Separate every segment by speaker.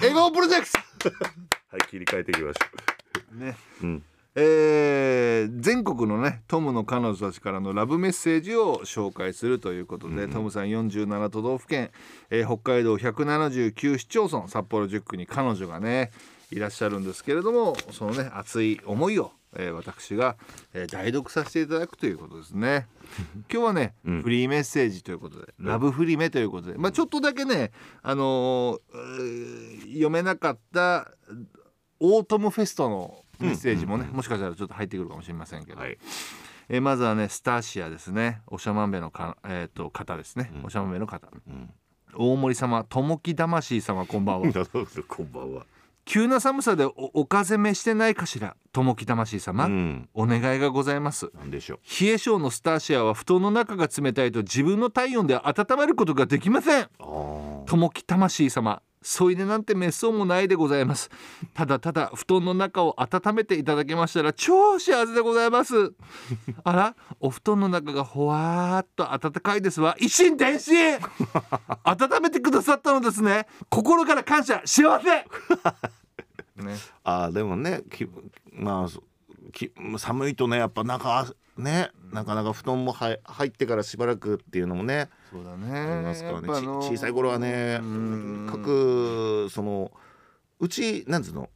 Speaker 1: 笑顔プロジェク
Speaker 2: はい切り替えていきましょ
Speaker 1: トね
Speaker 2: う、うん、
Speaker 1: えー全国のねトムの彼女たちからのラブメッセージを紹介するということで、トムさん47都道府県、えー北海道179市町村札幌10区に彼女がねいらっしゃるんですけれどもそのね熱い思いを、えー私が、えー代読させていただくということです ね。今日はね、
Speaker 2: うん
Speaker 1: フリーメッセージということで、ラブフリメということで、まあ、ちょっとだけね、あのーうー読めなかったオートムフェストのメッセージもね、もしかしたらちょっと入ってくるかもしれませんけど、
Speaker 2: はい
Speaker 1: えーまずはねスターシアですねおしゃまんべのか、えー、と方ですね、
Speaker 2: うん
Speaker 1: おしゃまんべの方
Speaker 2: うん、
Speaker 1: 大森様ともき魂様こんばんは
Speaker 2: なるほどこんばんは、
Speaker 1: 急な寒さでおお風邪めしてないかしらともき魂様、
Speaker 2: うん
Speaker 1: お願いがございます
Speaker 2: なんでしょう
Speaker 1: 冷え性のスターシアは布団の中が冷たいと自分の体温で温まることができません
Speaker 2: あ
Speaker 1: ともき魂様添い寝なんて滅相もないでございますただただ布団の中を温めていただけましたら超幸せでございますあらお布団の中がほわーっと暖かいですわ一心伝心温めてくださったのですね心から感謝幸せね
Speaker 2: あーでもねきまあそき寒いとねやっぱ中ねなかなか布団もは入ってからしばらくっていうのもね
Speaker 1: そうだね
Speaker 2: ありますからね、
Speaker 1: やっぱ
Speaker 2: ち
Speaker 1: あの
Speaker 2: 小さい頃はねと
Speaker 1: うん
Speaker 2: にかくそのうちなんつうの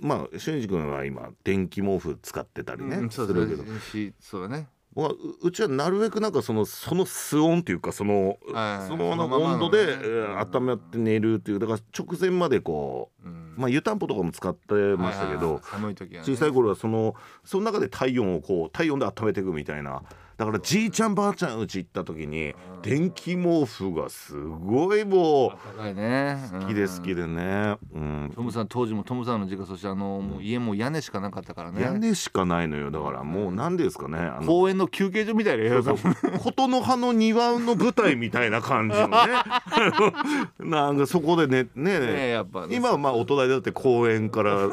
Speaker 2: まあ俊二君は今電気毛布使ってたりね、
Speaker 1: うん
Speaker 2: す
Speaker 1: そうだ
Speaker 2: るけど
Speaker 1: ねしそうだね
Speaker 2: まあううちはなるべくなんかそのその素温っていうかその
Speaker 1: はい
Speaker 2: その
Speaker 1: そのま
Speaker 2: ままの
Speaker 1: まの
Speaker 2: 温度で、
Speaker 1: ね
Speaker 2: えー温めて寝るっていうだから直前までこ
Speaker 1: うん
Speaker 2: う、まあ、湯たんぽとかも使ってました
Speaker 1: はいはい
Speaker 2: け
Speaker 1: は
Speaker 2: ど
Speaker 1: い、寒い時は、ね、
Speaker 2: 小さい頃はそのその中で体温をこう体温で温めていくみたいなだからじいちゃんばあちゃんうち行った時に電気毛布がすごいも
Speaker 1: 高いね
Speaker 2: う好きで好
Speaker 1: うん
Speaker 2: きでね、うん、
Speaker 1: トムさん当時もトムさんの実家そしてあのもう家も屋根しかなかったから
Speaker 2: 屋
Speaker 1: ね
Speaker 2: 根しかないのよだからもう何ですかねあの
Speaker 1: 公園の休憩所みたいな部屋だもん
Speaker 2: 琴の葉の庭の舞台みたいな 感じのね あのなんかそこでねね
Speaker 1: ねやっぱね
Speaker 2: 今はまあ大人だって公園 からホ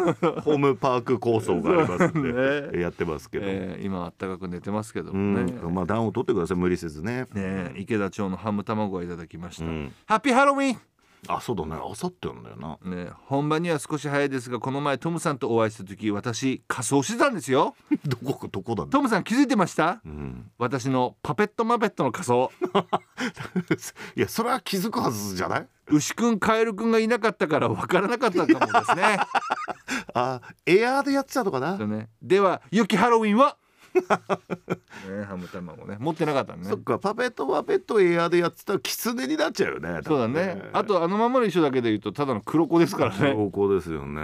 Speaker 2: ームパーク構想がありますんで、やってますけど、
Speaker 1: えー今はあったかく寝てますけど
Speaker 2: う
Speaker 1: も
Speaker 2: ん
Speaker 1: ね
Speaker 2: まあ暖を取ってください無理せずね
Speaker 1: ね池田町のハム卵をいただきました
Speaker 2: うん
Speaker 1: ハッピーハロウィン
Speaker 2: あそうだねあさってなんだよな
Speaker 1: ね本番には少し早いですがこの前トムさんとお会いした時私仮装してたんですよ
Speaker 2: どこどこだね
Speaker 1: トムさん気づいてました
Speaker 2: うん、
Speaker 1: 私のパペットマペットの仮装
Speaker 2: いやそれは気づくはずじゃない
Speaker 1: 牛くんカエルくんがいなかったからわからなかったかもですね
Speaker 2: あエアーでやってたとかな
Speaker 1: だねでは雪ハロウィンは ねハム卵ね持ってなかったね
Speaker 2: そっかパペットパペットエアーでやってたらキツネになっちゃうよね
Speaker 1: そうだね。あとあのままの衣装だけで言うとただの黒子ですからね。ね
Speaker 2: 高校ですよね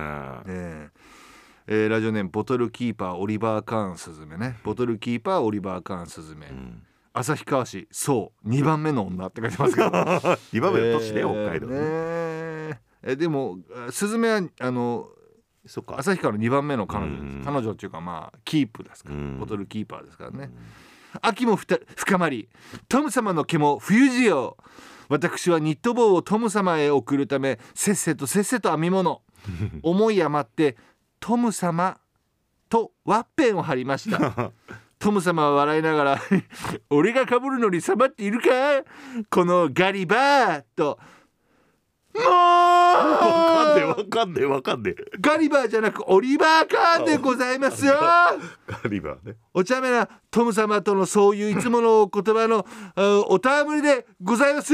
Speaker 1: ええーラジオネームボトルキーパーオリバー・カーンスズメねボトルキーパーオリバー・カーンスズメ、
Speaker 2: ん
Speaker 1: 旭川市そう2番目の女って書いて ますけど
Speaker 2: 今まで都市で、北海道
Speaker 1: え
Speaker 2: ね
Speaker 1: ーねえーでもあスズメはあの
Speaker 2: そっか
Speaker 1: 旭川の2番目の彼女です、
Speaker 2: うん
Speaker 1: 彼女っていうかまあキープですから、
Speaker 2: うん
Speaker 1: ボトルキーパーですからね、秋もふた深まりトム様の毛も冬仕様私はニット帽をトム様へ送るためせっせとせっせと編み 物思い余ってトム様とワッペンを貼りました トム様は笑いながら 「俺がかぶるのにさばっているかこのガリバー」 と「もう!」
Speaker 2: わかんねえわかんねえわかんねえ
Speaker 1: ガリバーじゃなくオリバーカーンでござい ますよ
Speaker 2: ガリバーね
Speaker 1: お茶目なトム様とのそういういつものお言葉の あお戯れでございます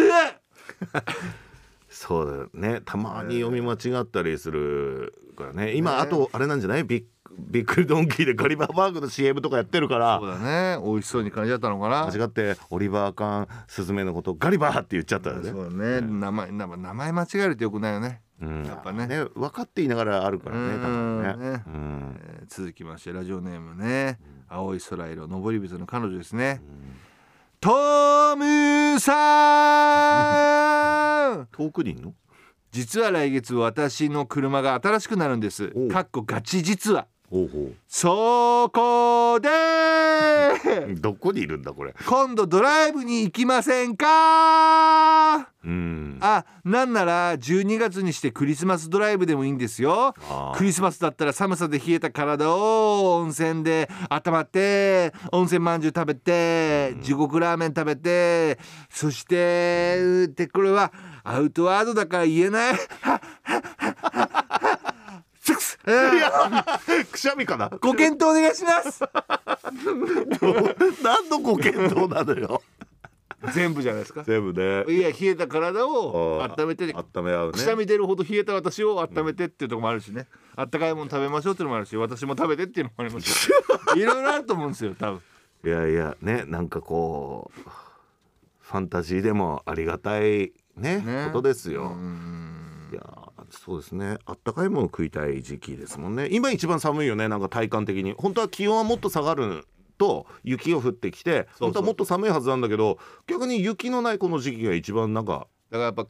Speaker 2: そうだよねたまに読み間違ったりするからね今あとあれなんじゃないビッグビッグドンキーでガリバーバーグの CM とかやってるから
Speaker 1: そうだね美味しそうに感じだったのかな
Speaker 2: 間違ってオリバーカンスズメのことをガリバーって言っちゃったよね
Speaker 1: そ。うだね名前名前名前間違えるとよくないよね、
Speaker 2: うん
Speaker 1: やっぱね
Speaker 2: ね分かっていながらあるからね。
Speaker 1: うん
Speaker 2: 多分ね
Speaker 1: ね
Speaker 2: うん
Speaker 1: えー続きましてラジオネームね青い空色登り人の彼女ですね、トムさ ん
Speaker 2: 遠くにいんの？
Speaker 1: 実は来月私の車が新しくなるんです
Speaker 2: おう
Speaker 1: かっこガチ実は
Speaker 2: ほうほ
Speaker 1: そこで
Speaker 2: う。どこにいるんだこれ。
Speaker 1: 今度ドライブに行きませんか
Speaker 2: うん。
Speaker 1: あなんなら12月にしてクリスマスドライブでもいいんですよ
Speaker 2: あー
Speaker 1: クリスマスだったら寒さで冷えた体を温泉で温まって温泉まんじゅう食べて地獄ラーメン食べてそしてうーってこれはアウトワードだから言え ないセックスえー
Speaker 2: くしゃみかな
Speaker 1: ご検討お願いします
Speaker 2: 何のご検討なのよ
Speaker 1: 全部じゃないですか
Speaker 2: 全部ね
Speaker 1: いや冷えた体を
Speaker 2: あー
Speaker 1: 温めて
Speaker 2: 温め合うね
Speaker 1: くしゃみ出るほど冷えた私を温めてっていうところもあるしね、あったかいもの食べましょうっていうのもあるし私も食べてっていうのもありますし いろいろあると思うんですよ多分
Speaker 2: いやいやねなんかこうファンタジーでもありがたいね
Speaker 1: ね
Speaker 2: ことですよ、
Speaker 1: うん
Speaker 2: いやそうですねあったかいもの食いたい時期ですもんね今一番寒いよねなんか体感的に本当は気温はもっと下がると雪が降ってきて
Speaker 1: そう
Speaker 2: 本当はもっと寒いはずなんだけど逆に雪のないこの時期が一番なんか
Speaker 1: だからやっぱき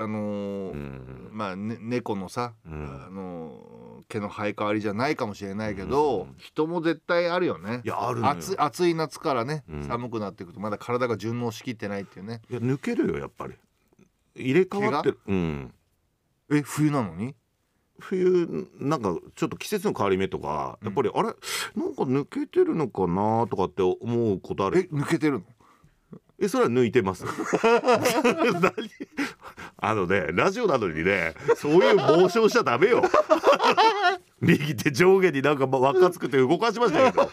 Speaker 1: あのー
Speaker 2: うん
Speaker 1: まあ、ね、猫のさ、
Speaker 2: うん
Speaker 1: あのー毛の生え変わりじゃないかもしれないけど、人も絶対あるよね
Speaker 2: いやあるのよ
Speaker 1: 暑い暑い夏からね、
Speaker 2: うん
Speaker 1: 寒くなっていくとまだ体が順応しきってないっていうね
Speaker 2: いや抜けるよやっぱり入れ替わってるうん
Speaker 1: え冬なのに
Speaker 2: 冬なんかちょっと季節の変わり目とかやっぱり、あれなんか抜けてるのかなとかって思うことあ
Speaker 1: え
Speaker 2: る
Speaker 1: 抜けてるの
Speaker 2: えそれは抜いて ます何あのねラジオなのにねそういう妄想しちゃダメ よ右手上下になんかま輪っか作って動かしましたけど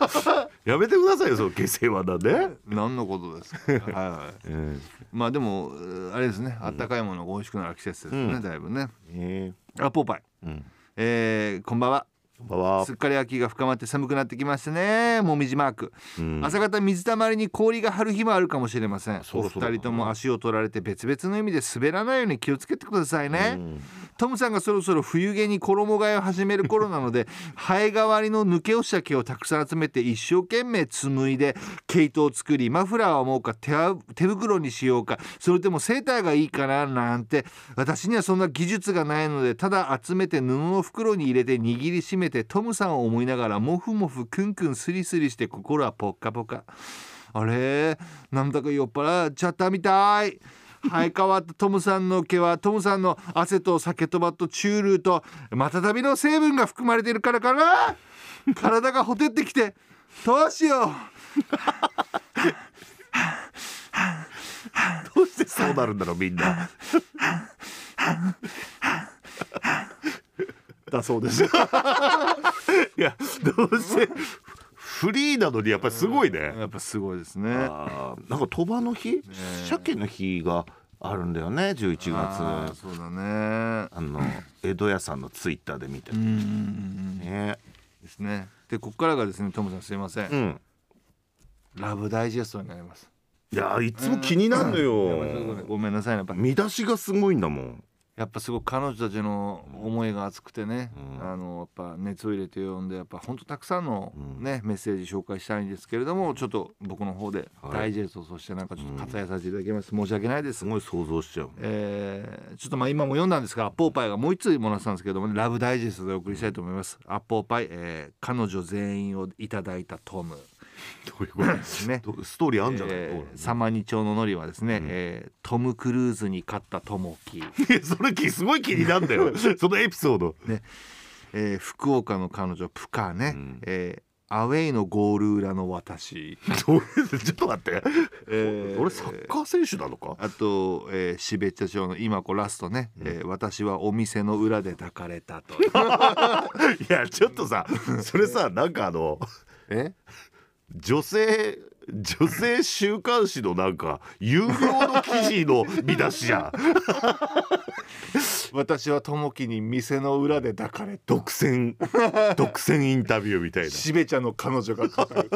Speaker 2: やめてくださいよその下世話だね、
Speaker 1: 何のことですか はい、はい
Speaker 2: え
Speaker 1: まあでもうーあれですねあったかいものが美味しくなる季節ですね、
Speaker 2: うん
Speaker 1: だいぶね
Speaker 2: え
Speaker 1: あポーパイ、
Speaker 2: うん
Speaker 1: えーこんばんは
Speaker 2: こんばんは
Speaker 1: すっかり秋が深まって寒くなってきましたねもみじマーク、
Speaker 2: うん
Speaker 1: 朝方水たまりに氷が張る日もあるかもしれません
Speaker 2: そろそろ
Speaker 1: お二人とも足を取られて別々の意味で滑らないように気をつけてくださいね、トムさんがそろそろ冬毛に衣替えを始める頃なので 生え変わりの抜け落ちた毛をたくさん集めて一生懸命紡いで毛糸を作りマフラーをもうか手あ手袋にしようかそれともセーターがいいかななんて私にはそんな技術がないのでただ集めて布の袋に入れて握りしめてトムさんを思いながらモフモフクンクンスリスリして心はポッカポカ。あれなんだか酔っ払っちゃったみたい生え変わったトムさんの毛はトムさんの汗と酒とばとチュールとまたたびの成分が含まれているからかな体がほてってきてどうしよ
Speaker 2: どうしてそうなるんだろうみんな。 だそうです。い やどうしてフリーなのにやっぱりすごいうね。
Speaker 1: やっぱすごいですね
Speaker 2: あーなんか鳥羽の日、鮭の日があるんだよね11月。
Speaker 1: あー
Speaker 2: あ
Speaker 1: そうだね
Speaker 2: の江戸屋さんのツイッターで見て
Speaker 1: う。んうんうん
Speaker 2: ね。
Speaker 1: ですねでここからがですねトムさんすいません、
Speaker 2: うん。
Speaker 1: ラブダイジェストになります
Speaker 2: いやいつも気になるのよ。
Speaker 1: ごめんなさいねやっぱ
Speaker 2: 見出しがすごいんだもん。
Speaker 1: やっぱすごく彼女たちの思いが熱くてね、
Speaker 2: うん
Speaker 1: あのやっぱ熱を入れて読んでやっぱ本当たくさんの
Speaker 2: うん
Speaker 1: ね、メッセージ紹介したいんですけれどもちょっと僕の方で
Speaker 2: はい
Speaker 1: ダイジェスト、そしてなんかちょっと割愛させていただきます、申し訳ないです
Speaker 2: す、ごい想像 しちゃう。
Speaker 1: えーちょっとまあ今も読んだんですがアッポーパイがもう一つもらってたんですけども、ね、ラブダイジェストでお送りしたいと思います、アッポーパイ、えー彼女全員をいただいたトム
Speaker 2: どういうこと
Speaker 1: ですね
Speaker 2: どうストーリーあんじゃない、
Speaker 1: えー、サマニ町のノリはですね、えートム・クルーズに勝ったトモキ
Speaker 2: いやそれきすごい気になるんだ よそのエピソード
Speaker 1: えー福岡の彼女プカね、
Speaker 2: うん
Speaker 1: えーアウェイのゴール裏の 私、
Speaker 2: どういうちょっと待って、
Speaker 1: えー
Speaker 2: 俺サッカー選手なのか
Speaker 1: あと、えー、シベッチャ町の今子ラストね、えー私はお店の裏で抱かれた と
Speaker 2: いやちょっとさそれさなんかあの
Speaker 1: え
Speaker 2: 女性女性週刊誌のなんか有料の記事の見出しじ ゃん
Speaker 1: 私はともきに店の裏で抱かれ た
Speaker 2: 独占独占インタビューみたいな
Speaker 1: シベちゃんの彼女が語る、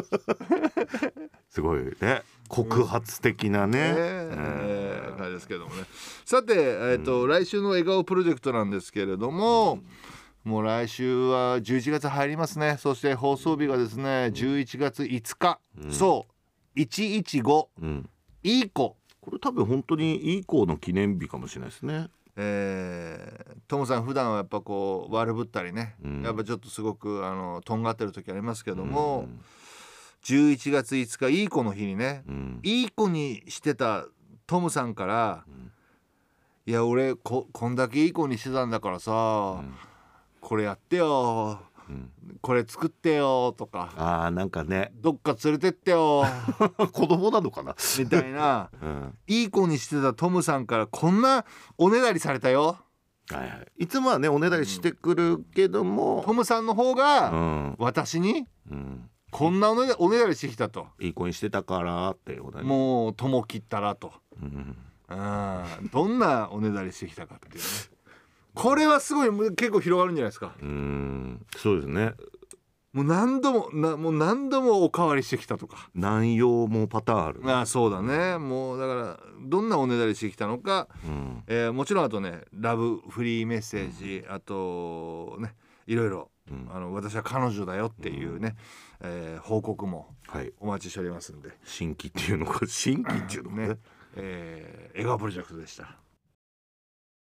Speaker 2: すごいね告発的なね、
Speaker 1: え
Speaker 2: うん
Speaker 1: ー感じですけどもねさて、えーと来週の笑顔プロジェクトなんですけれども、もう来週は11月入りますねそして放送日がですね11月5日、そう115
Speaker 2: うん
Speaker 1: いい子
Speaker 2: これ多分本当にいい子の記念日かもしれないですね
Speaker 1: えートムさん普段はやっぱこう悪ぶったりね、
Speaker 2: うん
Speaker 1: やっぱちょっとすごくあのとんがってる時ありますけども、
Speaker 2: うん
Speaker 1: 11月5日いい子の日にね、
Speaker 2: うん
Speaker 1: いい子にしてたトムさんから「
Speaker 2: ん
Speaker 1: いや俺ここんだけいい子にしてたんだからさ、これやってよ
Speaker 2: うん
Speaker 1: これ作ってよとか
Speaker 2: ああなんかね
Speaker 1: どっか連れてって よ
Speaker 2: 子供なのかな、
Speaker 1: みたいな
Speaker 2: うん
Speaker 1: いい子にしてたトムさんからこんなおねだりされたよ
Speaker 2: はいはい、いつもはねおねだりしてくるけど
Speaker 1: ト
Speaker 2: も、
Speaker 1: ムさんの方
Speaker 2: う
Speaker 1: が
Speaker 2: ん
Speaker 1: 私に
Speaker 2: うん、
Speaker 1: こんなおねだおねだりしてきたと
Speaker 2: いい子にしてたからっていうことね
Speaker 1: もう友切ったらと
Speaker 2: うん
Speaker 1: うんどんなおねだりしてきたかっていうねこれはすごいむ結構広がるんじゃないですか
Speaker 2: うんそうですね
Speaker 1: もう何度もなもう何度もおかわりしてきたとか
Speaker 2: 南洋もパターンあるね、
Speaker 1: ああそうだねもうだからどんなおねだりしてきたのか、
Speaker 2: うん
Speaker 1: えーもちろんあとねラブフリーメッセージ、あとねいろいろ、
Speaker 2: うん
Speaker 1: あの私は彼女だよっていうね、えー報告も
Speaker 2: はい
Speaker 1: お待ちしておりますんで
Speaker 2: 新規っていうのか新規っていうのかね
Speaker 1: ね、えー、笑顔プロジェクトでした。